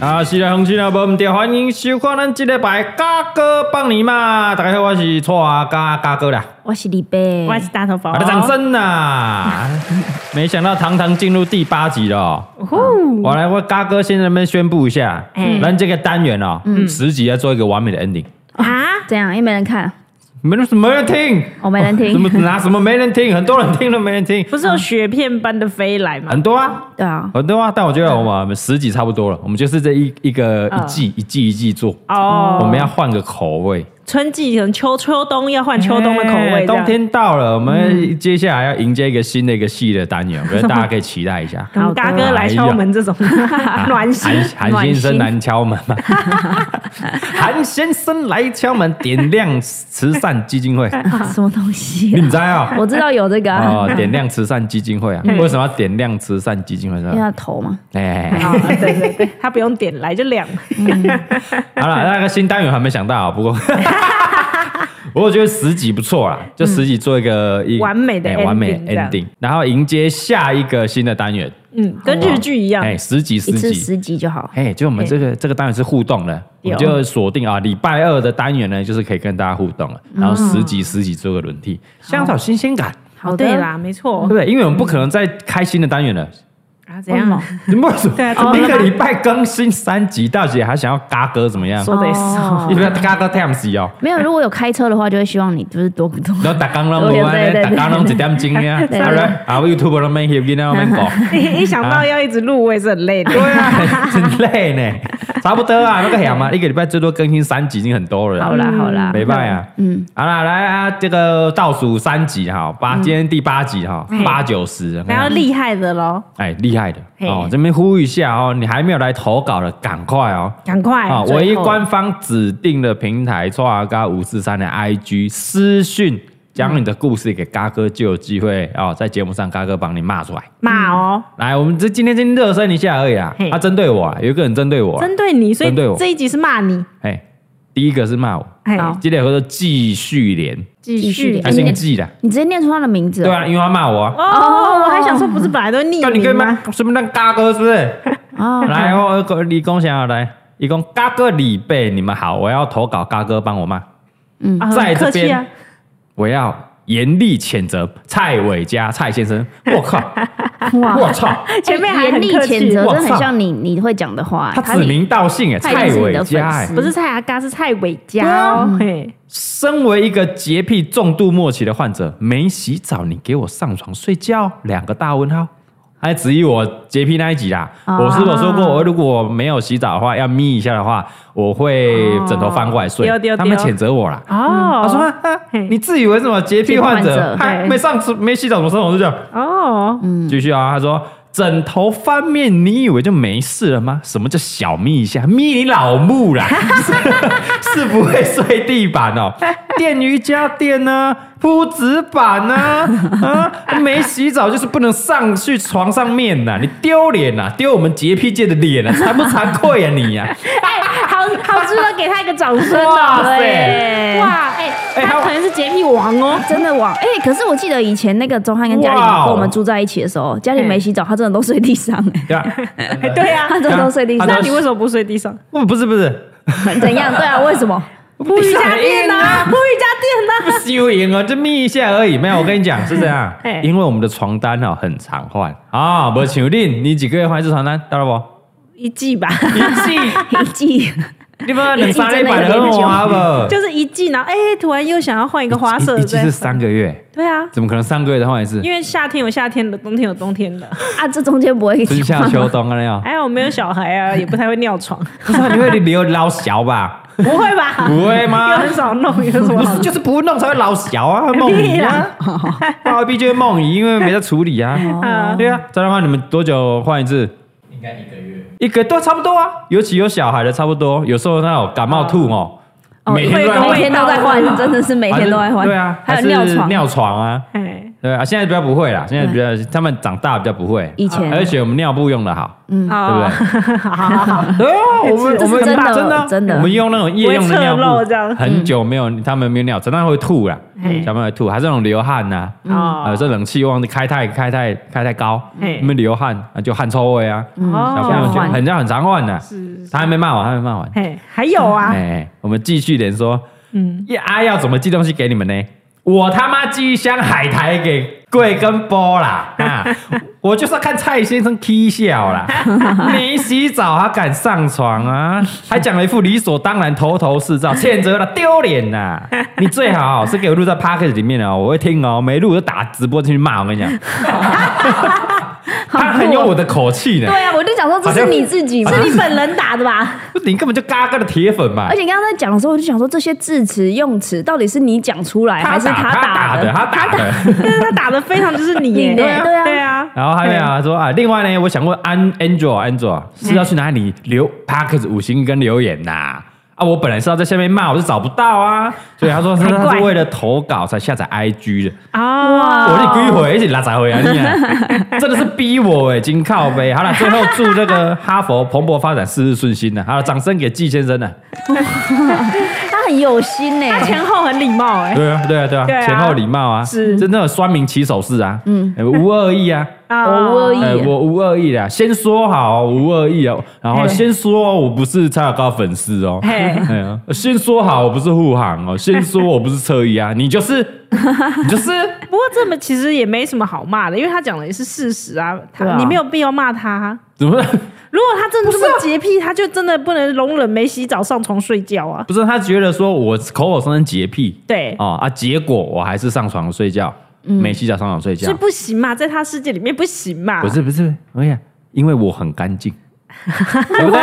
啊，是啦，红星啊，无毋对，欢迎收看咱即礼拜嘎哥帮你嘛。大家好，我是蔡阿嘎嘎哥啦，我是李贝，我是大头佛，啊，掌声呐！没想到堂堂进入第八集了哦、呼，我来，我嘎哥先在那边宣布一下，嗯咱这个单元哦，十集要做一个完美的 ending，啊，怎样？又没人看，没人没人听，我没人怎么听。拿什么没人听？很多人听都没人听，不是有雪片般的飞来吗？很多啊，对啊，很多啊。但我觉得我们十集差不多了，我们就是这一一个一季一季一季做，哦，我们要换个口味。春季可能秋秋冬要换秋冬的口哎味，。冬。天到了，我们接下来要迎接一个新的一个系列单元，我觉得大家可以期待一下好，大嗯哥来敲门这哎种 啊暖心韩韩暖先生心来敲门嘛，韩先生来敲门，点亮慈善基 金会，什么东西你啊？们知道？我知道有这个啊，哦，点亮慈善基金会啊？嗯为什么要点亮慈善基金会呢因为？要投嘛。哎，啊！对对对，他不用点来就亮。好了，那个新单元还没想到，不 过。我觉得十集不错啦，就十集做一个一嗯完美的哎完美 ending 这样 ending，然后迎接下一个新的单元，嗯，跟日剧一样。哦哎，十集十一次集，十集就好。哎，就我们这个这个单元是互动的，我们有就锁定啊，礼拜二的单元呢，就是可以跟大家互啊动了，然后十集十集做个轮替，想找新鲜感，好的哦嗯对啦，没错对不。对？因为我们不可能再开新的单 元了，啊，怎为什样么？？你为什么对啊怎么了哦一个礼拜更新三集，到底还想要嘎哥怎么样？说的也是哦。因为嘎哥 times 哦，没有，如果有开车的话，就会希望你就是多多。然后大刚拢无对安，对对大刚拢一点钟 啊，对啊来啊 YouTube 拢免翕囡仔免 讲，一一想到要一直录，我也是很累的。对啊，很累呢，差不多啊，那个 呀嘛，一个礼拜最多更新三集已经很多了啦。好啦好啦，没办啊，嗯，好啦，来啊，这个倒数三集哈，八，今天第八集哈，八九十，然后厉害的喽，哎，厉害的嘿哦，这边呼吁一下哦，你还没有来投稿的，赶快哦。赶快啊，最唯一后官方指定的平台，错阿嘎五四三的 IG 私讯，将你的故事给嘎哥，就有机会哦，在节目上嘎哥帮你骂出来。骂哦，来，我们这今天先热身一下而已啦嘿。他针对我啊，有一个人针对我啊，针对你，所以针对我这一集是骂你。哎，第一个是骂我，哎，好接下来叫做继续连，继续他哎姓季的，啊你直接念出他的名字哦。对啊，因为他骂我啊，哦，我还想说，不是本来都匿叫你可以名骂吗？，顺便让嘎哥是不是？ 啊，来，我我李工想要来，李工嘎哥李贝，你们好，我要投稿嘎哥帮我骂，啊在很这客气啊边，我要严厉谴责蔡伟佳蔡先生，我 靠，我操，前面还严很厉客谴气，责，哇真的操很像你你会讲的话。他指名道姓哎，他蔡也是你伟的佳粉哎丝，不是蔡阿嘎，是蔡伟对佳啊哦。嘿，身为一个洁癖重度末期的患者，没洗澡你给我上床睡觉，两个大问号。还质疑我洁癖那一集啦，啊我是不是有说过，哦我如果没有洗澡的话，要眯一下的话，我会枕头翻过来睡。哦对对对他们谴责我啦，哦，他说、啊啊嘿你自以为什么洁癖患洁癖者，患者还对没上床没洗澡怎么上床睡觉？哦，继续啊，他说枕头翻面，你以为就没事了吗？什么叫小眯一下？眯你老木啦， 是是不会睡地板哦。电瑜伽垫呢、铺纸板呢、啊，没洗澡就是不能上去床上面呐、你丢脸呐，丢我们洁癖界的脸啊，惭不惭愧啊你呀、 哎，好好值得给他一个掌声哇哦！塞对哇，哎，哎他他可能是洁癖王哦。真的哇！哎、可是我记得以前那个周汉跟嘉玲哇哦跟我们住在一起的时候，嘉玲没洗澡，她真的都睡地 上、哎，对吧？对啊，她真的都睡地上她那。你为什么不睡地上？不不是不是， 怎样？对啊，为什么？铺瑜伽垫哎呐，铺瑜伽垫呐。修赢哦，就眯一下而已。没有，我跟你讲是这 样嘿，因为我们的床单哦很常换啊，不像你，你几个月换一次床单，到了不？一季吧， 一季，一季你们两三礼拜就很花 吧？就是一季，然后哎，突然又想要换一个花色一的，季是三个月，对啊，怎么可能三个月再换一次？因为夏 天有夏天的，冬天有冬 天的。啊，这中间不会春夏秋冬啊那 样，还有没有小孩啊，也不太会 尿床，不是啊你会留老小吧？不会吧？不会又吗？很少弄，有什么不好是，？ 就是不弄才会老小 啊，梦屁遗啊啦，哎 二 B 就是梦遗，因为没在处理 啊。哦啊，对啊，这样的话你们多久换一次？应该一个月，一个都差不多啊。尤其有小孩的差不多，有时候那种感冒吐哦，哦每天都在换会 每天都在换，真的是每天都在反正换。对啊，还有尿还是床，嗯尿床啊，哎，对啊，现在比较不会啦，现在比较他们长大比较不会，以前而且我们尿布用的好，嗯，好， 好好好，对啊， 我们这我是们真的真的真的我们用那种夜用的不会侧尿漏这样布，很久没有他们没有尿，常常会吐啦，嗯小朋友会吐，还是那种流汗呐，哦啊，有时候冷气忘记开太开太开太高，嘿你们流汗啊就汗臭味啊，哦小朋友就换很像很常换的，是，他还没骂完，他还没骂完，嘿，还有啊，哎，我们继续连说，嗯，呀啊要怎么寄东西给你们呢？我他妈寄一箱海苔给贵跟波啦！啊， 我就是要看蔡先生 k 笑啦，没洗澡还敢上床啊，还讲了一副理所当然、头头是道，欠责了丢脸呐！你最好是给我录在 p o c k e t 里面哦，我会听哦，没录我就打直播进去骂。我跟你讲，他很有我的口气呢对，啊，我就想说这是你自己吗，好像你本人打的吧？你根本就嘎嘎的铁粉吧 而？且你刚刚在讲的时候，我就想说这些字词用词到底是你讲出来还是打他打的，他打的。但是他打的非常就是 你耶，你的对啊对啊，然后还有啊，说啊，另外呢，我想问安 Angel 啊 Angel 嗯是要去哪里留 Parkes 五星跟留言呐、啊？我本来是要在下面骂，我是找不到啊，所以他说是难怪他是为了投稿才下载 IG 的。啊，我那归回，一起拉杂回啊！你 啊，真的是逼我哎、金靠背。好了，最后祝这个哈佛蓬勃发展，事事顺心呢、啊好了，掌声给季先生啊呢、他很有心呢、他前后很礼貌哎，对啊，对啊，对啊，对啊前后礼貌啊，是真的有酸民起手式啊，嗯，无恶意啊。啊我恶意呃，我无恶意啦，先说好无恶意哦，然后嘿先说我不是蔡小高粉丝哦，嘿 哎呀先说好我不是护航哦，先说我不是侧翼啊，你就是你就是，不过这么其实也没什么好骂的，因为他讲的也是事实啊，他对啊你没有必要骂他。怎么如果他真的这么洁癖，他就真的不能容忍没洗澡上床睡觉啊 。不是他觉得说我口口声声洁癖对，哦啊，结果我还是上床睡觉，没洗澡上床睡觉所以，不行嘛，在他世界里面不行嘛。不是不是，我跟你讲，因为我很干净，对不 对？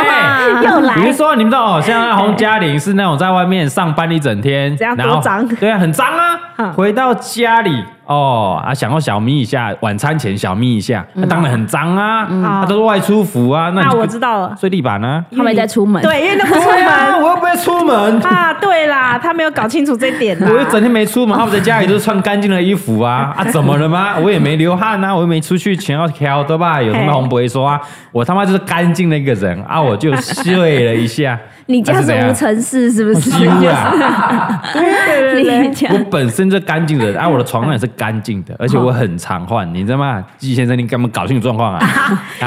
又比如来，说，你们知道哦，像洪嘉玲是那种在外面上班一整天，怎样然后多脏对啊，很脏啊。嗯回到家里哦啊，想要小眯一下，晚餐前小眯一下，那当然很脏啊，那都是外出服啊。那嗯那你我知道了，睡地板呢？他没在出门，对，因为那不出对啊，门我又不会出 门，啊。对啦，他没有搞清楚这点 啦。我一整天没出门，他们在家里都是穿干净的衣服啊啊，怎么了吗？我也没流汗啊，我又没出去前要挑对吧？有什么嘿红不会说啊？我他妈就是干净的一个人啊，我就睡了一 下。你家那是怎无样尘室是不是？几乎 啦， 对 对对你家我本身就干净的 人，啊，我的床上也是干净的，而且我很常换，你知道吗？季先生，你根本搞清楚状况 啊！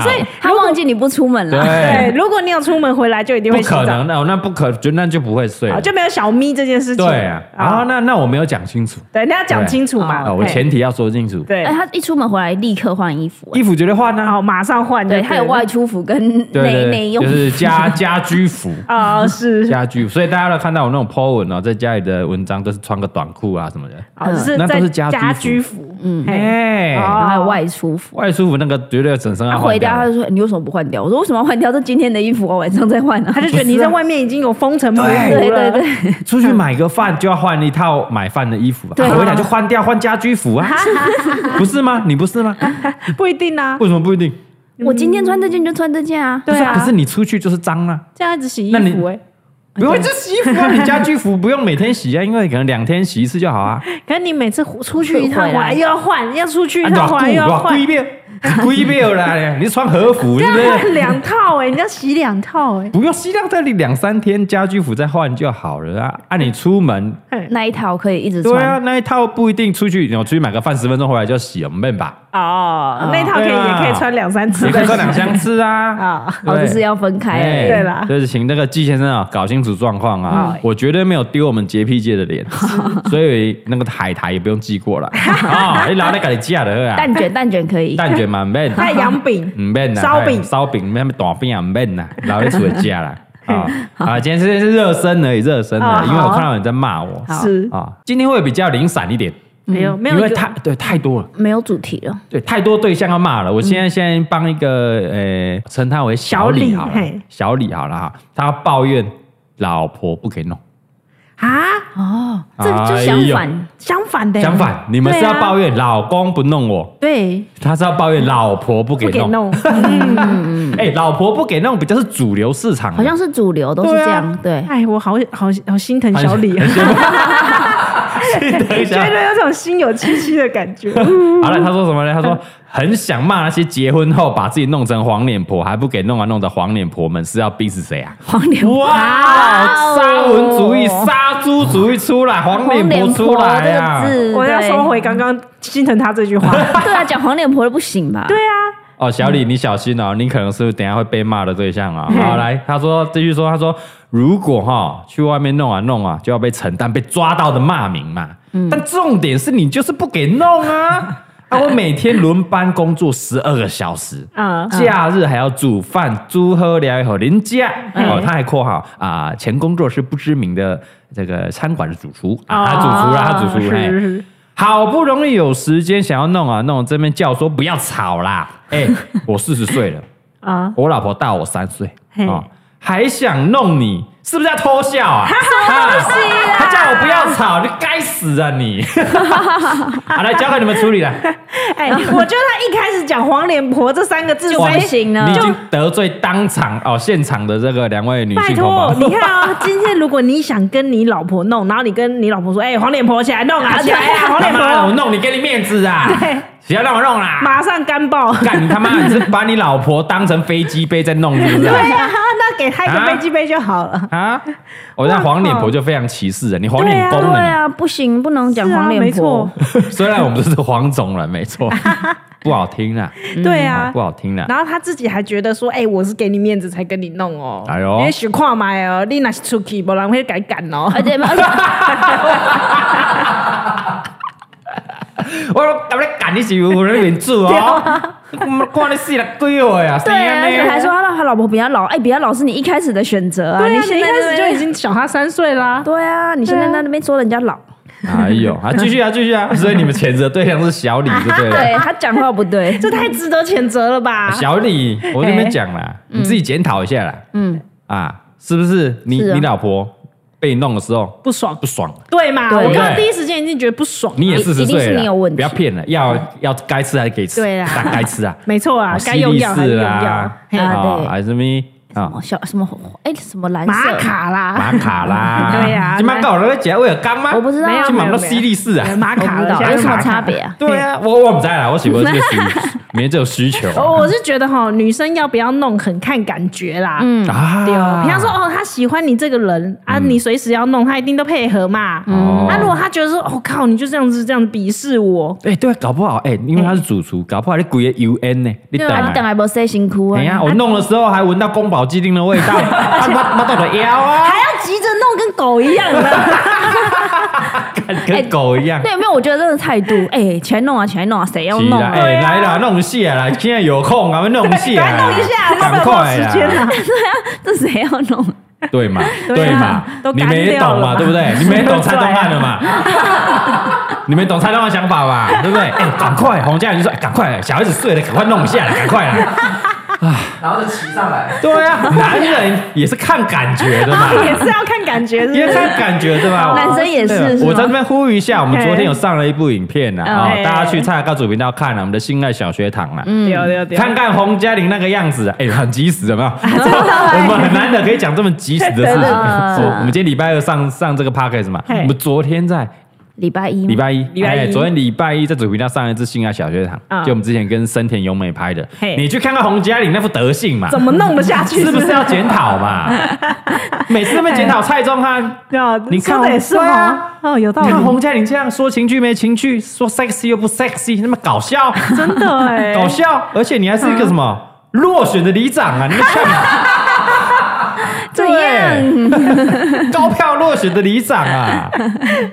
所以他忘记你不出门了。对，对，如果你有出门回来，就一定会不洗可澡能，的，那不可，就那就不会睡啊了。就没有小咪这件事情。对啊，啊，那那我没有讲清楚对，那要哦讲清楚嘛。啊，我嘿前提要说清楚，对哎，，他一出门回来立刻换衣服、哎衣服绝对换然啊，后马上换就对对了。他有外出服跟对内内对，用就服，是 家家居服。啊， 是家居服，所以大家都看到我那种 po 文哦，在家里的文章都是穿个短裤啊什么的。哦，就是那都在是家居家服居服，嗯，哎，哦啊然后还有外出服。外出服那个绝对整身他要回换掉家他就说：“你为什么不换掉？”我说：“为什么要换掉？这今天的衣服，我晚上再换啊他。就觉得你在外面已经有风尘仆 仆对了，对对，出去买个饭就要换一套买饭的衣服吧，对啊回来就换掉换家居 服啊，不是吗？你不是吗？不一定啊，为什么不一定？我今天穿这件就穿这件啊。对不是啊，可是你出去就是脏啊，这样子洗衣那你服哎，不用这洗衣服啊，你家居服不用每天洗啊，因为可能两天洗一次就好 啊。可是你每次出去一趟哎回回来来又要换，要出去一啊，暖趟回裤来又要暖裤一换，遍，一遍啦，你是穿和服对不要啊换对？两套哎，你要洗两套哎，不用洗到这里两三天，家居服再换就好了啊。啊，你出门嘿那一套可以一直对啊，穿，那一套不一定出去，你出去买个饭，十分钟回来就要洗，我们笨吧？嗯哦，那套可以对啊也可以穿两三次也可以的穿两相次啊。 啊，对哦，就是要分哎开。对啦就是请那个季先生啊搞清楚状况啊嗯，我绝对没有丢我们洁癖界的脸， 所以那个海苔也不用寄过 来啊，你拿来给你寄的啊，蛋卷蛋卷可以，蛋卷嘛唔免，太阳饼唔免啦，烧饼哎烧饼咩大饼啊唔免啦，拿来出来寄啦。 啊啊！今天是是热身而已，热身而哦已，因为我好看到你在骂我好是啊。今天会比较零散一点，没有没有因为一个太对太多了，没有主题了。对，太多对象要骂了。我现在现在帮一个呃，称他为小李好小了李嘿，小李好了哈，他抱怨老婆不给弄。啊哦，这就哎相反，相反的，相反，你们是要对啊抱怨老公不弄我，对他是要抱怨老婆不给不给弄。弄，哎，老婆不给弄比较是主流市场，好 啊像是主流都是这样。对， 哎，我好好好心疼小李啊，很羡慕。去等一觉 下。得有种心有戚戚的感 觉。好了，他说什么呢？他说很想骂那些结婚后把自己弄成黄脸婆还不给弄啊弄的黄脸婆们是要逼死谁啊？黄脸婆哇，哇哦沙文主义、杀猪主义出来，黄脸婆出来啊黄脸婆这！个字我要收。回刚刚心疼他这句话。对对啊，讲黄脸婆的不行吧？对啊，哦，小李，你小心哦，你可能是等一下会被骂的对象啊、嗯好，来，他说继续说，他说如果哈、去外面弄啊弄啊，就要被承担被抓到的骂名嘛。嗯但重点是你就是不给弄 啊！啊，我每天轮班工作十二个小时。嗯，假日还要煮饭、煮喝聊一会儿人家嗯哦，他还括号啊，前工作是不知名的这个餐馆的主厨啊，他主厨啦，他主厨，嘿哦是是是，好不容易有时间想要弄啊弄，这边叫说不要吵 啦。哎、我四十岁了，啊，我老婆大我三岁嘿啊，还想弄你，是不是在偷笑 啊？啊他叫我不要吵，你该死啊你！ 好，来交给你们处理了。哎，我觉得他一开始讲黄脸婆这三个字哎就啊所以不行了你已经得罪当场哦，现场的这个两位女拜性同胞托，。 你看啊，今天如果你想跟你老婆弄，然后你跟你老婆说：“哎、黄脸婆起来弄啊，起来啊，黄他脸妈的，我婆弄你，给你面子啊！对谁要让我弄！”啦？马上干爆。干你他妈！你是把你老婆当成飞机杯在弄，是不是对啊？啊，那给他一啊个飞机杯就好 了。啊！我那黄脸婆就非常歧视人，你黄脸公对人，啊，不行，不能讲是啊黄没脸婆错。 虽然我们是黄种人，没 错，不好听啦，嗯对啊不。好听啦。然后他自己还觉得说：“哎、我是给你面子才跟你弄哦。”哎呦也许跨买哦，你那是出去，不然会改赶哦。而 且而且我说，搞不干你是有人脸住 哦，我们看你死了鬼哦呀！啊对啊，而谁且啊还说他让他老婆比较老，哎，比较老是你一开始的选择啊，对啊，你现一在开始就已经经小他三岁啦。对啊，你现在在那边说人家老，哎呦啊，继 续啊，继续啊！所以你们谴责对象是小李，对不对？啊对他啊讲话不对，啊 这太值得谴责了吧？小李，我这边讲啦，你自己检讨一下啦。嗯啊，是不是你是啊你老婆被弄的时候不爽，不爽？对嘛？对我刚对刚第一时间一定觉得不爽啊、你也一四十一定是岁了，你有问题不要骗了，要要该吃还是给吃，对啦该吃啊，没错啊啊，该用药还西是力士用药啦，，嘿啊哦对还是咪啊哦小什么哎什么蓝玛色，卡啦，玛卡啦，对呀今晚搞了姐威尔刚吗？我不知道没有今晚没到有西力士啊没有，玛我不卡知啦道现在有是什么玛卡差别啊？对啊，我我不在啦，我喜欢这个需，没这种需求哦，我是觉得哈，女生要不要弄很看感觉啦。嗯，啊，对哦。比方说，哦，她喜欢你这个人啊，你随时要弄，她一定都配合嘛。嗯哦啊，如果她觉得说，哦靠，你就这样子这样鄙视 我，哎，对，搞不好哎，因为他是主厨，搞不好你鬼个 U N 呢，你对等啊，啊你等。还不塞辛苦啊哎？呀，我弄的时候还闻到宫保鸡丁的味道，他妈妈到了腰啊，还要急着弄跟狗一样啊的，跟狗一样。 对，没有，我觉得这个态度，哎，起来弄啊，起来弄啊，谁要是弄啦，啊？哎，来啦，弄下来，现在有空，咱们弄下来，弄一下，我赶们有快时啦，间啊。这谁要弄？ 对嘛，对对啊嘛都，你干们也掉懂了嘛，嘛对不对？ 你们也懂蔡宗汉的嘛， 你们懂蔡宗汉的想法嘛，对不 对？哎，赶快，洪家人就说，哎赶快，小孩子睡了，赶快弄下来，赶快啦。 然后就骑上来，对啊，男人也是看感觉的嘛， 也是要看感觉，是不也是？看感觉的 嘛。男生也对啊是，是我在这吗？边呼吁一下，我们昨天有上了一部影片呢，嗯啊，哎大家去蔡高主频道看了啊我们的性爱小学堂啦。啊对对啊对，看看洪嘉玲那个样子，哎、很及时，有没 有？我们很难得可以讲这么及时的事情。真的我我们今天礼拜二上上这个 podcast 嘛，嘿嗯我们昨天在礼拜一吗，礼拜一，礼拜一哎昨天礼拜一在主频道上了一次《性爱小学堂》嗯就我们之前跟森田由美拍的。嘿你去看看洪嘉玲那副德性嘛，怎么弄得下去？是不是要检讨 嘛？每次都被检讨蔡宗翰。对啊，你看说的也是对哦啊，哦，有道你看理，洪嘉玲这样说情趣没情趣，说 sexy 又不 sexy，那么搞笑，真的嗯哎，哦搞笑，而且你还是一个什么落选的里长啊？你们干嘛？怎样？ 高票落选的里长啊！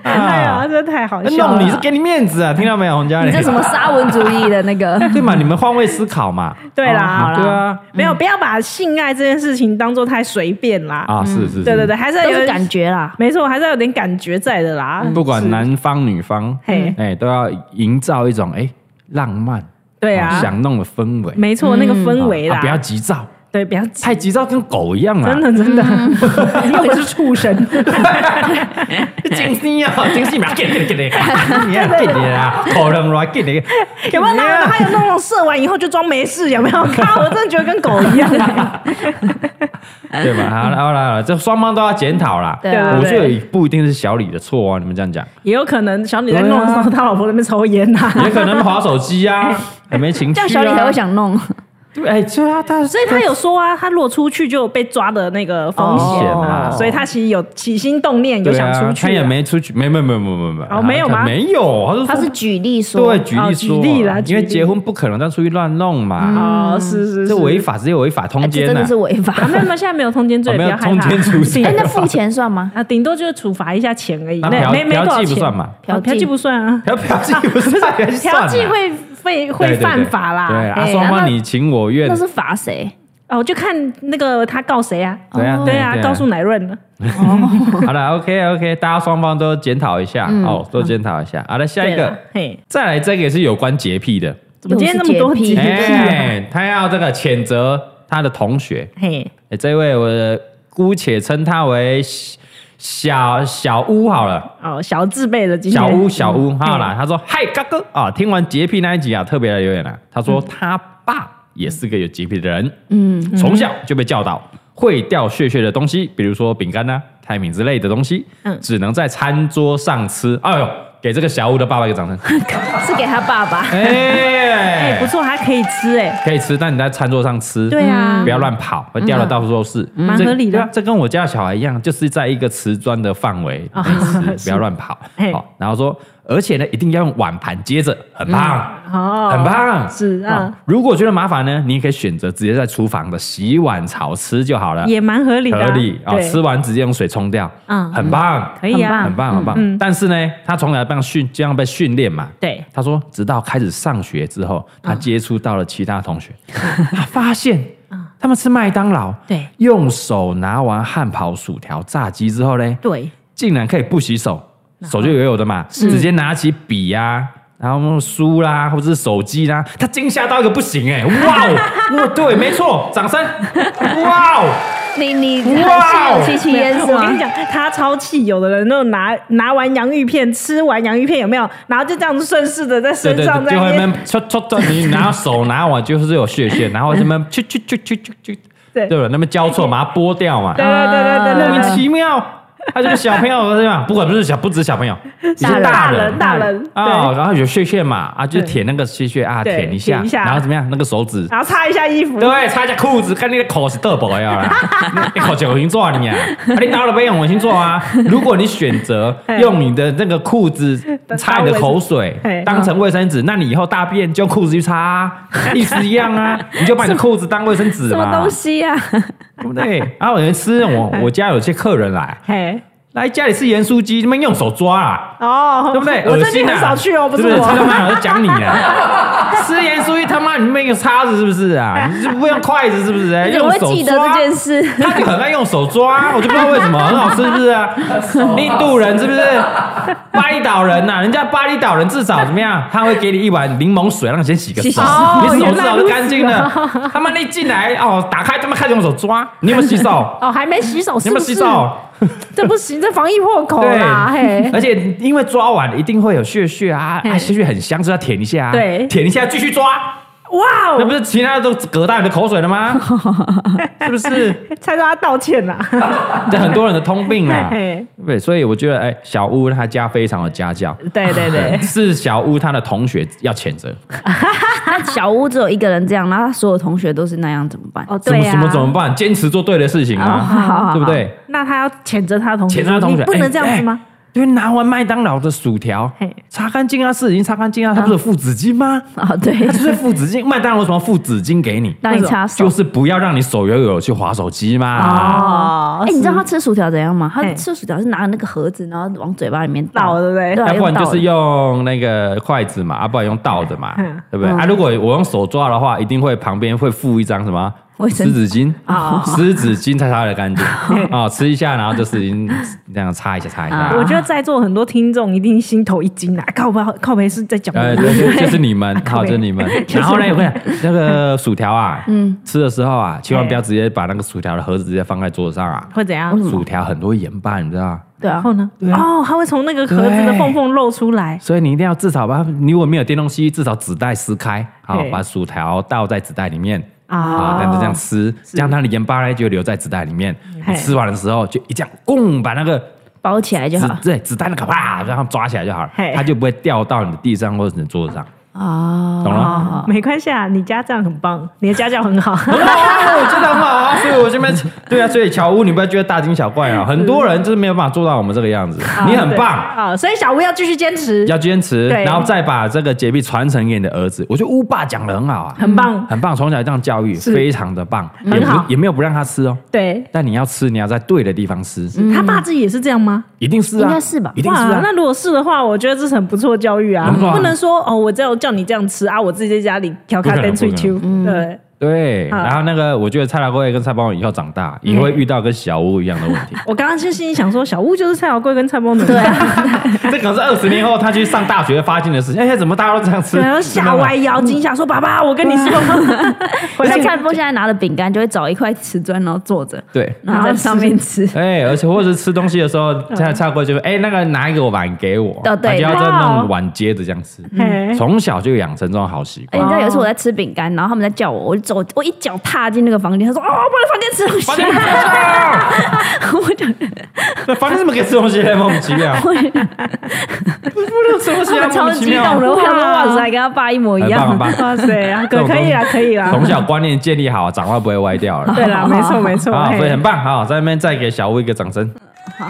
哎呀，啊，真的太好笑了。弄你是给你面子啊，听到没有，洪嘉你玲？这什么沙文主义的那个？对嘛？你们换位思考嘛。对啦，啊对啊，没有，不要把性爱这件事情当做太随便啦。啊，是是，是嗯对对对，，还是要都有是感，觉啦。没错，还是要有点感觉在的啦。不管是，男方女方，嘿，哎，都要营造一种哎浪漫对啊啊，想弄的氛围，没错，那个氛围啊啦不，要急躁，对，不要急，太急躁跟狗一样啊，真的真的， 因为我是畜生，精神啊， 精神嘛，给你 给你，你啊给你啊，可能来给你，啊有没有？哪 有还有那种射完以后就装没事，有没有？看，我真的觉得跟狗一样。对吧？好了好了好了，这双方都要检讨啦。对啊我对觉得也不一定是小李的错啊，你们这样 讲，也有可能小李在弄的时候，他老婆在那边抽烟呐、也可能划手机啊，很没情绪、这啊，样小李才会想弄。对。哎，对啊，他所以他有说啊，他如果出去就有被抓的那个风险哦嘛，所以他其实有起心动念，有对想啊，出去、他也。没出去，没没没没没没，哦没有吗没有，他是他说是举例说，对举例哦说啊，举例啦举因为例结婚不可能再出去乱弄嘛，哦，是是是，这违法直接违法通哎，奸呐这真的是违法。啊，没有没有，现在没有通奸罪，哦不没有要害通怕。奸处刑 哎，那付钱算吗？ 啊，顶多就是处罚一下钱而已，那那嫖没没嫖多妓少不钱算嘛，嫖嫖嫖妓妓不算啊，嫖嫖妓不是嫖嫖妓会会会犯法啦。对对对对啊，哎双那方你情我愿那，是罚谁？哦，就看那个他告谁啊？对啊对啊，告诉乃润了。好了，OK OK，大家双方都检讨一下哦，都检讨一下。好了，下一嗯对啊个啦，，嘿，再来这个也是有关洁癖 的，怎么今天那么多啊又是洁癖集？哎，他要这个谴责他的同学，嘿，哎，这位我姑且称他为小小小屋好了。 哦，小自备的今天小屋小屋，好啦，嘿他说嗨嘎哥啊，听完洁癖那一集啊，特别的留言啦，他说他爸也是个有洁癖的人，嗯，从小就被教导会掉屑屑的东西，比如说饼干呐、太饼之类的东西，嗯只能在餐桌上吃。哎呦，给这个小屋的爸爸一个掌 声，是给他爸爸。哎哎，不错，还可以吃哎。可以吃，但你在餐桌上吃，对啊嗯不，要乱跑，会掉了到处都是，蛮这合理的对啊这跟我家的小孩一样，就是在一个瓷砖的范围哦内 吃，不是要乱跑嘿。好，然后说，而且呢，一定要用碗盘接着，很棒，哦，很。棒。是啊，如果觉得麻烦呢，你也可以选择直接在厨房的洗碗槽吃就好了，也蛮合理的合啊，理啊。对吃完直接用水冲掉，嗯很棒，可以啊很棒，很棒。但是呢，他从小被训，这样被训练嘛，对，他说，直到开始上学之后，嗯他接触到了其他同学，他发现他们吃麦当劳，嗯对，用手拿完汉堡、薯条、炸鸡之后呢，对，竟然可以不洗手，手就油油的嘛，直接拿起笔呀、然后书啦，或者是手机啦，他惊吓到一个不行哎、哇 哦，哇对，没错，掌声，哇哦，你你哇很心有戚戚焉是我跟你吗？讲，他超气，有的人那种拿拿完洋芋片，吃完洋芋片有没有？然后就这样子顺势的在对 身对上对，在就那会边闷，戳戳戳，你拿手拿完就是有血血，然后这 边去去去去去去，对对吧？那么交错，把它剥掉嘛，对对对对莫对名对对，其妙。他这个小朋友对吧？不管不是小，不止小 朋友，你是大人，人大人啊、对然后有屑屑嘛，啊，就对舔那个屑屑啊，对舔一下，舔一下然后怎么样？那个手指，然后擦一下衣服，对，擦一下裤子，看你的口是豆包 呀，你口酒星座你啊，啊你拿了杯我星座 啊。如果你选择嘿用你的那个裤子擦你的口 水当卫生当成卫生纸，那你以后大便就用裤子去擦 啊，意思一样啊，你就把你的裤子当卫生纸什么嘛东，西啊？对不对？然后有一次我哎我家有些客人来嘿，来家里吃盐酥鸡，他们用手抓啊。哦，对不对？我恶最心近啊很少去哦，不是对对他我，妈我在讲你 啊！吃盐酥鸡他妈你没有叉子是不是啊？你是不用筷子是不 是？你怎么用会手记得抓这。件事？他就很爱用手抓，我就不知道为什么，很好吃是不是 啊？印度人是不是？巴厘岛人啊呐、人家巴厘岛人至少怎么样？他会给你一碗柠檬水，让你先洗个手，哦你手原至哦来少就如干净了。他妈一进来哦，打开他妈开始用手抓，你有没有洗 手？哦，还没洗手，你是有没不有洗是？手？这不行，这防疫破口啦，哦嘿，而且因为抓完一定会有血血啊，啊血血很香，所以要舔一下、啊，对舔一下继续抓， 哇那不哦，是其他的都隔到你的口水了 吗？是不是？才说他道歉啦，这很多人的通病啊嘿，对，所以我觉得，哎，小屋他家非常的家教，对对对，是小屋他的同学要谴责，那小屋只有一个人这样，然后他所有同学都是那样，怎么办？哦怎对么呀，什么怎么办？坚持做对的事情哦好好啊，好对不对？那他要谴责他的同学，前他同学哎你不能这样子吗？？因为拿完麦当劳的薯条嘿，嗯擦干净啊，是已经擦干净啊，他不是有附纸巾吗？啊，对， 他就是附纸巾，麦当劳为什么附纸巾给你？让你擦手就。是不要让你手油油去划手机嘛。哦哎、你知道他吃薯条怎样吗？他嘿吃薯条是拿那个盒子，然后往嘴巴里面倒倒，对不对对啊，要不然就是用用那个筷子嘛，啊，不然用倒的嘛嗯，对不对？啊，如果我用手抓的话，一定会旁边会附一张什么卫生湿纸纸巾哦， 湿纸巾才擦的干净啊，吃一下，然后就是已经这样擦一下，擦一下啊。我觉得在座很多听众一定心头一惊啊！靠背靠背是在讲呃，我对吗，对，就是你们，好，对就是你们。然后呢，我跟你讲，那个薯条啊，嗯，吃的时候啊，千万不要直接把那个薯条的盒子直接放在桌子上啊， 会怎样？薯条很多盐巴，你知道吗？对啊然，后呢？对啊哦，它会从那个盒子的缝缝露出来。所以你一定要至少把，你如果没有电动吸，至少纸袋撕开，好对，把薯条倒在纸袋里面。啊啊，但是这样吃，这样它的盐巴呢就留在纸袋里面。嘿你吃完的时候就一这样，咣，把那个包起来就纸好对纸袋那个啪，让它抓起来就好了嘿，它就不会掉到你的地上或者你的桌子上，啊。懂了吗？哦，没关系啊，你家这样很棒，你的家教很好。哦，我觉得很好啊，所以我这边对啊，所以乔屋你不要觉得大惊小怪啊，很多人就是没有办法做到我们这个样子， 你很 棒。嗯啊，所以小吴要继续坚持，要坚持，对然后再把这个洁癖传承给你的儿子。我觉得乌爸讲的很好啊，很棒，很棒，从小这样教育，非常的棒，很也不好也没有不让他吃哦。对。但你要吃，你要在对的地方吃，他爸自己也是这样吗？一定是啊，嗯应该是吧一定是哇啊，那如果是的话，我觉得这是很不错的教育啊没错，啊不能说哦，我只有叫你这样吃啊，我自己在家里调不咖可能啡脆秋，不对，对。啊然后那个，我觉得蔡老贵跟蔡邦伟以后长大，嗯也会遇到跟小吴一样的问 题。 我刚刚就心里想说，小吴就是蔡小贵跟蔡波奴，对啊， 这可能是二十年后他去上大学发现的事情。哎，怎么大家都这样吃？ 然后吓歪腰惊吓说：“爸爸，我 跟你说，我在看波现在拿的饼干，就会找一块瓷砖，然后坐着，对。然后在上面吃。哎，而且或者是吃东西的时候，蔡蔡贵就会哎那个拿一个碗给我，嗯他哦对哦就要再哇哦弄碗接着这样吃。嘿嗯从小就养成这种好习哎，惯你。知道有一次我在吃饼干，然后他们在叫我，我就走，我一脚踏进那个房间，他说：“哦，不能房房间怎间吃么东西。啊了？”我就 那房间怎么可以吃东西？莫名其妙，不会 能吃东西，他们莫超名其激动妙。啊的，我想说哇塞，跟他爸一模一很棒很样。棒，哇塞啊，可这种东可西以啦，可以啦，从小观念建立好，长大不会歪掉 了。对啦，没错没错，好，嘿啊所以很棒。好，在那边再给小吴一个掌声。好，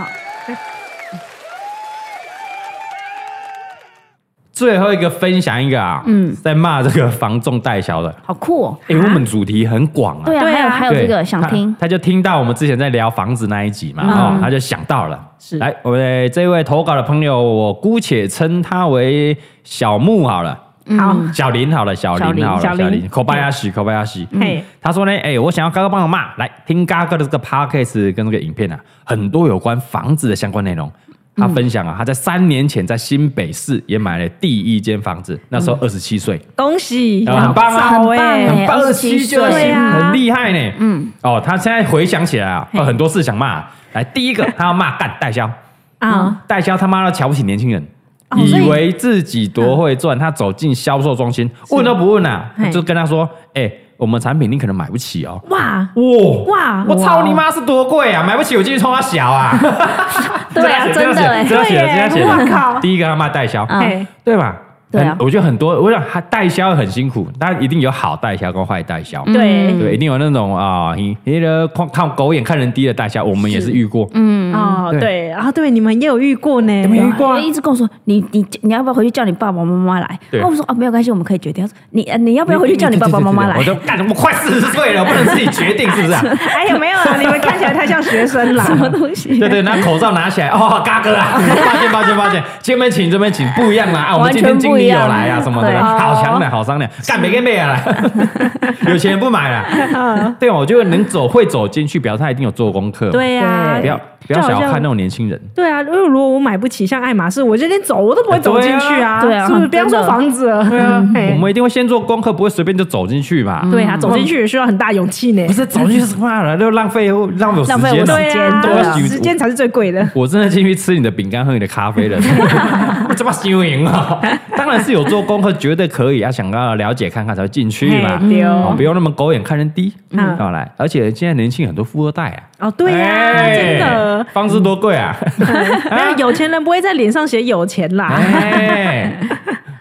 最后一个分享一个啊，嗯，在骂这个房重带小的。好酷哦！哎，我们主题很广啊。对啊，对还有啊还有这个想他听，嗯他就听到我们之前在聊房子那一集嘛，哦，他就想到了。是来，我们这位投稿的朋友，我姑且称他为小木好了。嗯好， 小林好了，小小林林好了，小小林林，口巴亚西，口巴亚西。嘿，嗯他说呢，哎、我想要嘎哥帮我骂，来听嘎哥的这个 podcast 跟这个影片啊，很多有关房子的相关内容。他分享啊，他在三年前在新北市也买了第一间房子，那时候二十七岁，恭喜，啊很棒啊早很棒欸哎很棒，二十七就27岁行，啊很厉害呢。嗯，哦，他现在回想起来啊，哦很多事想骂。来，第一个他要骂干代销，嗯啊！代销他妈的瞧不起年轻人，哦以所以嗯为自己多会赚。他走进销售中心，问都不问啊嘿，就跟他说：“哎，我们产品你可能买不起哦。”哇，哇哇我操你妈是多贵啊！买不起我继续冲他小啊！对 啊，这样真的写哎这，样写的，这样写的，对这耶样写我靠的。第一个他骂代销，嗯嘿，对吧？对啊很我觉得很多，我想他代销很辛苦，但一定有好代销跟坏代嗯销。对对，一定有那种啊，你那个看看狗眼看人低的代销，我们也是遇过。嗯哦，对对啊，对，你们也有遇过呢，们也遇对啊就一直跟我说你你你要不要回去叫你爸爸妈妈来？对然后我说哦没有关系，我们可以决定。他说你呃你要不要回去叫你爸爸妈妈来我？就干，我快四十岁了，我不能自己决定， 是不是啊？哎有没有 啊？你们看起来太像学生啦，什么东西？对对，拿口罩拿起来，哦，嘎哥啊， 抱歉抱歉抱歉，这边请这边请，不一样啦啊，我们今天经理有来啊什么的完全不一哦啦，样好商量好商量，干没跟没啊啦， 有钱人不买嗯啦。对，我觉得能走会走进去，表示他一定有做功课。，对呀，不要不要就好小像看那种年轻人。对啊，因为如果我买不起像爱马仕，我就连走我都不会走进去啊，对啊是不是？对啊嗯不要说房子了，对啊我们一定会先做功课，不会随便就走进去嘛。对啊，走进去也需要很大勇气呢不，是走进去是嘛了，就浪费浪费时浪费间了我时。对啊，间对啊时间才是最贵的。我真的进去吃你的饼干，喝你的咖 啡了， 我这么修行啊！当然是有做功课，绝对可以啊，想要了解看看才会进去嘛。嘿对哦，不用那么狗眼看人低，嗯好来，而且现在年轻很多富二代啊，哦，对呀，哎真的，房子多贵啊！没有有钱人不会在脸上写有钱啦，哎，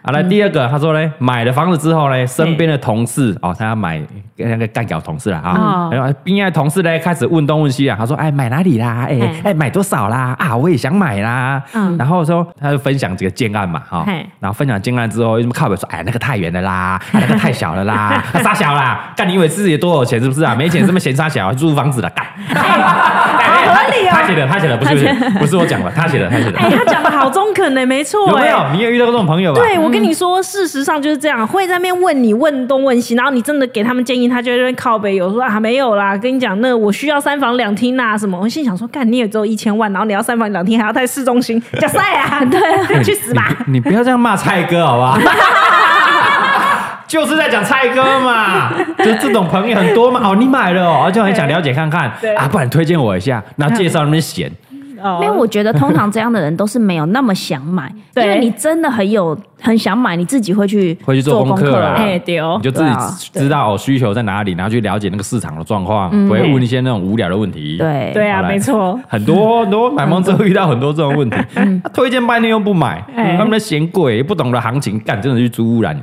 好来第二个，他说嘞，买了房子之后嘞，身边的同事哦，他要买那个干掉同事了啊哦，然后另外同事嘞开始问东问西啊，他说哎买哪里啦，哎嘿哎买多少啦，啊我也想买啦，嗯然后说他就分享几个建案嘛哈嘿，然后分享建案之后，什么靠北说哎那个太远了啦，啊那个太小了 啦，啊傻小啦，干你以为自己多有钱是不是啊？没钱这么嫌傻小，租房子了干，哎好合理 哦他写的他写的不是不是不是我讲的，他写的他写的。哎，他讲的好中肯呢，没错，有没哎有？你也遇到过这种朋友吧？对，我跟你说，事实上就是这样，会在那边问你问东问西，然后你真的给他们建议，他就在那边靠北，有说啊没有啦，跟你讲，那我需要三房两厅啊什么。我心想说，干你也只有一千万，然后你要三房两厅，还要在市中心，假赛啊， 对，去死吧！你！你不要这样骂蔡哥好不好？ 就是在讲蔡哥嘛，就这种朋友很多嘛。哦，你买了哦，就很想了解看看对啊，不然推荐我一下，然后介绍那边闲。哦因为 我觉得通常这样的人都是没有那么想买，因对为你真的很有很想买，你自己会去会去做功啊功课啦哎哎，对哦你，就自对啊己知道哦需求在哪里，然后去了解那个市场的状况，不会问一些那种无聊的问题。对对啊，好来没错，很多很多买房之后遇到很多这种 问题，他推荐半天又不买，嗯哎他们在嫌贵，不懂得行情，干真的去租污染。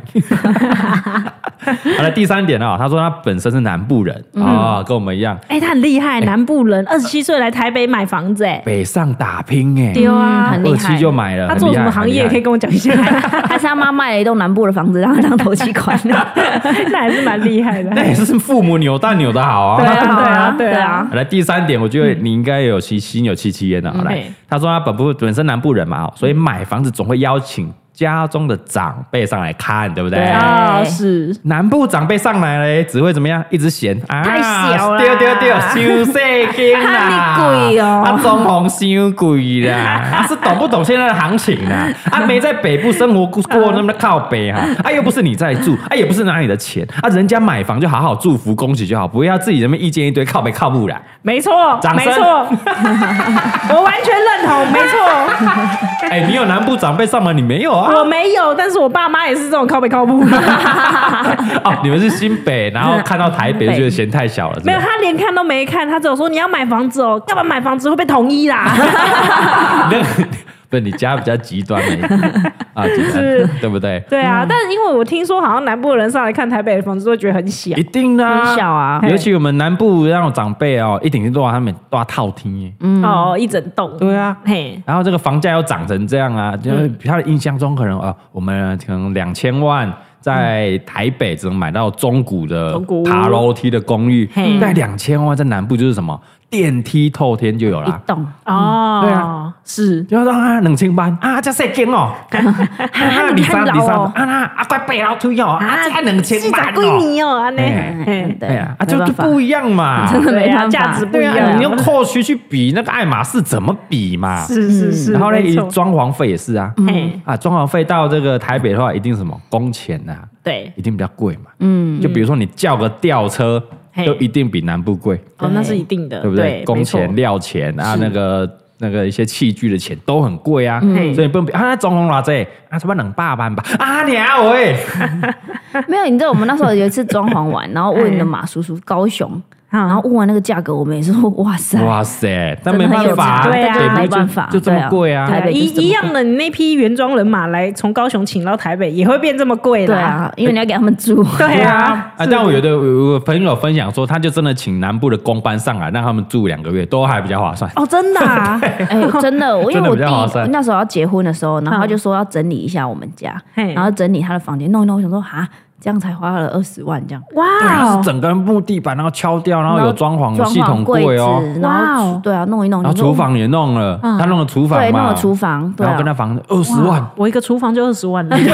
好了，第三点啊、他说他本身是南部人嗯啊、跟我们一样哎，他很厉害，南部人，二十七岁来台北买房子，哎，北上打拼哎、对啊，很二厉期害。就买了，他很做厉什害么行很厉业？可害以跟我讲一下， 还是他妈卖了一栋南部的房子，让他当头期款。 那还是蛮厉害的。 那也是父母扭蛋扭的好啊。 对啊，好对啊啊，对对啊啊，好来第三点，我觉得你应该有其心有戚戚焉的。好啊来嗯，他说他本部本身南部人嘛，哦所以买房子总会邀请家中的长辈上来看，对不对？对啊，是南部长辈上来嘞，只会怎么样？一直嫌啊，太小啦对对 对，修细间啦，太贵哦啊，装潢修贵 啦，啊，是懂不懂现在的行情啊？啊，没在北部生活过过那么靠北哈、啊，又不是你在住，啊，也不是拿你的钱，啊，人家买房就好好祝福恭喜就好，不要自己这么意见一堆靠北靠不啦。没错，掌声没错， 我完全认同，没 错，哎、你有南部长辈上门，你没有 啊？我没有，但是我爸妈也是这种靠北靠谱， 哦，你们是新北，然后看到台北就觉得嫌太小了，是吧没有，他连看都没看，他只有说你要买房子哦，要不然买房子会被统一啦， 那个 不是你家比较极端而已啊， 极是端对不对？对啊， 但是因为我听说好像南部人上来看台北的房子都会觉得很小一，定的、啊，很小啊尤其我们南部那种长辈哦，一定是都把他们都要套厅耶。嗯哦，一整栋，嗯对啊。嘿，然后这个房价又涨成这样啊，嗯就是他的印象中可能啊、呃我们可能两千万在台北只能买到中古的中古屋爬楼梯的公寓嘿，但两千万在南部就是什么电梯透天就有一啦。栋哦，对啊，是，就说啊，冷清班啊，这细间 哦，啊，你看李老三哦啊那啊，在背楼梯哦，啊，这冷清班归哦，你哦，安呢嘿，嘿，哎呀，啊，嗯没就就办法不一样嘛， 真的没办法，对啊价值不对一啊，样你用扩区去比那个爱马仕怎么比嘛？是是是，嗯然后呢没，错装潢费也是啊，嘿，啊，装潢费到这个台北的话，一定什么工钱呐、对，一定比较贵嘛。嗯，就比如说你叫个吊车，嘿都一定比南部贵，哦，那是一定的，对不对？工没错钱、料钱啊，是那个。那个一些器具的钱都很贵啊，嗯所以不能比啊，那装潢偌济啊，差不多两百万吧啊，娘喂，没有，你知道我们那时候有一次装潢完，然后问了马叔叔高 雄，然后问完那个价格，我们也是说哇塞，嗯哇塞，但没真的很办有法，差对北啊部就没办法就这对么啊贵啊，对啊台北一就是这么贵哎一样的，你那批原装人马来从高雄请到台北，也会变这么贵对啦。啊，因为你要给他们 住，对啊啊，，但我有的有有朋友分享说，他就真的请南部的公班上来，让他们住两个月，都还比较划算。哦，真的啊，哎、真的，我因 真的为我比较划弟算那时候要结婚的时候，然后他就说要整理一下我们家，嗯嘿然后整理他的房间，弄一弄，我想说哈，这样才花了二十万这样。哇它哦是，整个木地板，然后敲掉，然后有装潢有装系统潢柜子哦，然哇后哦厨对啊，弄一弄，然后你说厨房也弄了，他弄了厨房对，弄嘛，了厨房，对然后啊跟，他房二十万，我一个厨房就二十万了，你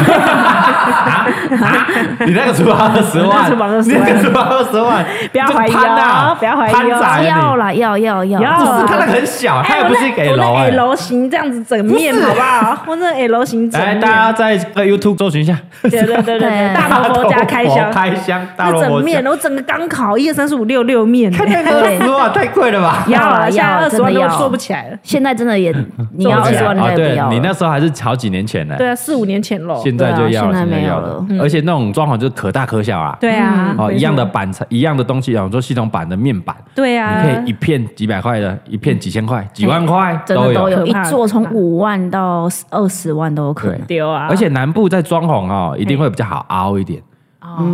那个厨房二十万，你那你那个个厨房20万厨房二十万，不要怀疑哦这攀啊不要怀疑哦攀仔啊你要啦，要要要，要只啊是他那个很小，他也我不是那一个 L 我那哎。 L 型这样子整面，不是好不好？我那 L 型整来，面，大家在呃 YouTube 搜寻一下，对对对对对，对大头佛加开箱，开箱， 大那萝卜整面，家，我整个刚烤一二三四五六六面，看那个二十万太贵了吧？要了，现在要二了十万真的都要说不起来了。现在真的也 你要哦二十万，你也不对要你那了。时候还是好几年前呢，对啊，四五年前喽。现在就要了，对啊现在没有要了，而且那种装潢就是可大可小啊。对啊，哦，没错一样的。板材，一样的东西啊，我们说系统板的面板，对你啊，可以一片几百块的，一片几千块、几万块嗯真的都有。有一可怕座从可怕五万到二十万都有可能。丢啊！而且南部在装潢哦，一定会比较好凹一点，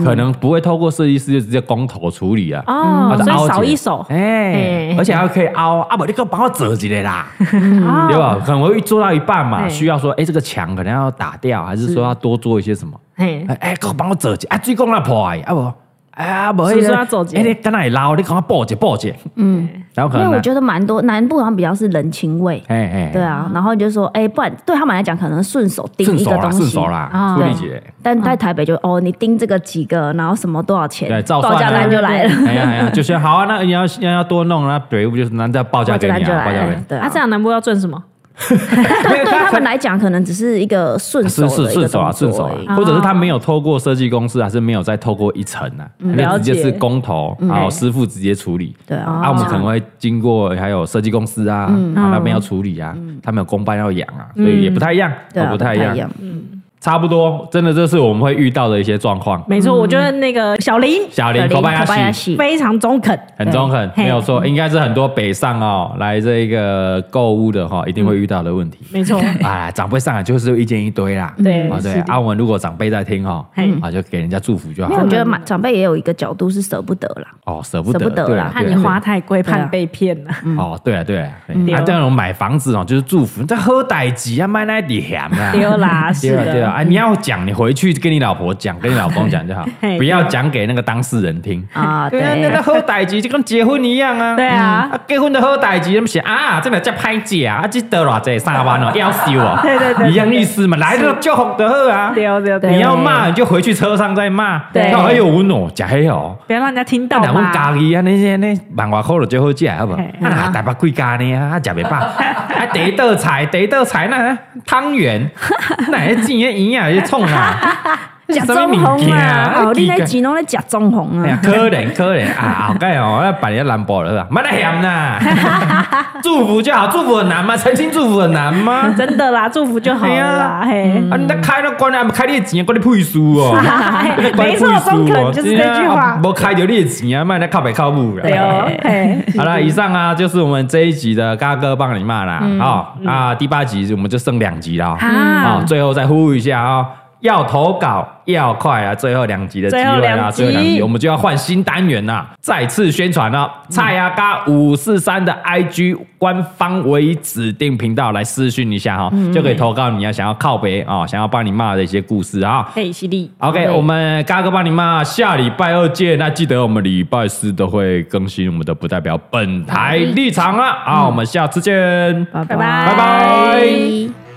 可能不会透过设计师就直接工头处理啊。哦或，者所凹以起来少一手，哎哎，而且还可以凹啊，不，你给我帮我折起来啦，对对？吧？可能会做到一半嘛，哎需要说，哎，这个墙可能要打掉，还是说要多做一些什么？嘿，哎哎，给我帮我折一下，啊，水讲那破的啊无，哎啊无，是不是要做一下哎，你敢那会捞，你赶快报一下报一下，嗯，然后可因为能我呢，觉得蛮多南部好像比较是人情味，哎哎，对啊，然后你就说，哎、不然对他们来讲，可能顺手盯顺一手个啦，东顺西，手啦，啊处理对解，但在台北就哦，你盯这个几个，然后什么多少钱，对，照报价算啊单就来了，。 哎呀哎呀，就是好啊，那你要要要多弄，那北部就是那再报价给你报价单就啊，来报价了给你。对啊啊，这样南部要赚什么？但对他们来讲，可能只是一个顺手是是的一顺个手哦啊，动顺手作啊而已。，或者是他没有透过设计公司，还是没有再透过一层啊，他就了直接解是工头，然后师傅直接处理。对啊，啊，我们可能会经过还有设计公司啊，然后那边要处理啊，他们有公班要养啊，所以也不太一样，对哦啊，不不太太一样一，样。差不多，真的这是我们会遇到的一些状况。没错，我觉得那个小林嗯小林可啊口怜巴可巴亚亚西西非常中肯，很中肯，嘿没有错，应该是很多北上哦来这个购物的哈，一定会遇到的问题。没错，啊，长辈上来就是意见一堆啦，啊对对嗯是，的啊我们如果长辈在听哈嘿，啊就给人家祝福就好因为我觉得蛮长辈也有一个角度是舍不得啦，哦，舍不得，舍不得对啦啦，怕对你啦花太贵，对啊怕你被骗了。对啦哦，对啊对啊，对对啊哦这种买房子哦，就是祝福，你在喝歹吉啊，卖那底咸啊，丢啦， 对哦是啊对啊，的，啊你要讲，你回去跟你老婆讲，跟你老公讲 就好嘿，不要讲给那个当事人听。啊，对啊，那对那喝歹吉就跟结婚一样啊，对啊，啊，结婚的好代志，他们写啊，这个叫歹假啊，这得偌济三万 哦，要修哦，对对对哦对一样意思嘛，来了就红的好啊。丢丢对你丢，要骂你就回去车上再骂，对那哎呦我喏，假黑哦，不要让人家听到但阮嘛家。己啊，那些那万外块就最好食，好不好？嘿啊，哪台北贵家呢？ 啊，食袂饱。啊，第一道菜， 第一道菜那汤圆， 哪会钱的营养去冲 啊？假什么中物红件啊，哦，你哎奇在怪吉隆在假中红哎呀啊，，可怜可怜啊！后盖哦，要办一个兰博了，蛮得嫌啦。 祝福就好，祝福很难吗？诚心祝福很难吗？ 真的啦，祝福就哎好了啦，嘿， 啊，你那开那关啊，开你的钱关你屁事哦！ 嘿哎没错，中肯就是这句话，啊无开就你的钱啊，卖那靠北靠母啦。对哦，嘿，好了，以上啊就是我们这一集的嘎哥帮你骂啦。嗯好、啊，第八集我们就剩两集了。嗯好、啊，最后再呼吁一下啊、要投稿要快啊！最后两集的机会最后啦，两集最后两集我们就要换新单元啦，再次宣传了、嗯蔡阿嘎五四三的 IG 官方唯一指定频道来私讯一下哈、嗯就可以投稿你要想要靠北啊、想要帮你骂的一些故事啊、嘿，犀利， OK，对我们嘎哥帮你骂，下礼拜二见。那记得我们礼拜四都会更新我们的，不代表本台立场啊！啊，我们下次见。拜拜拜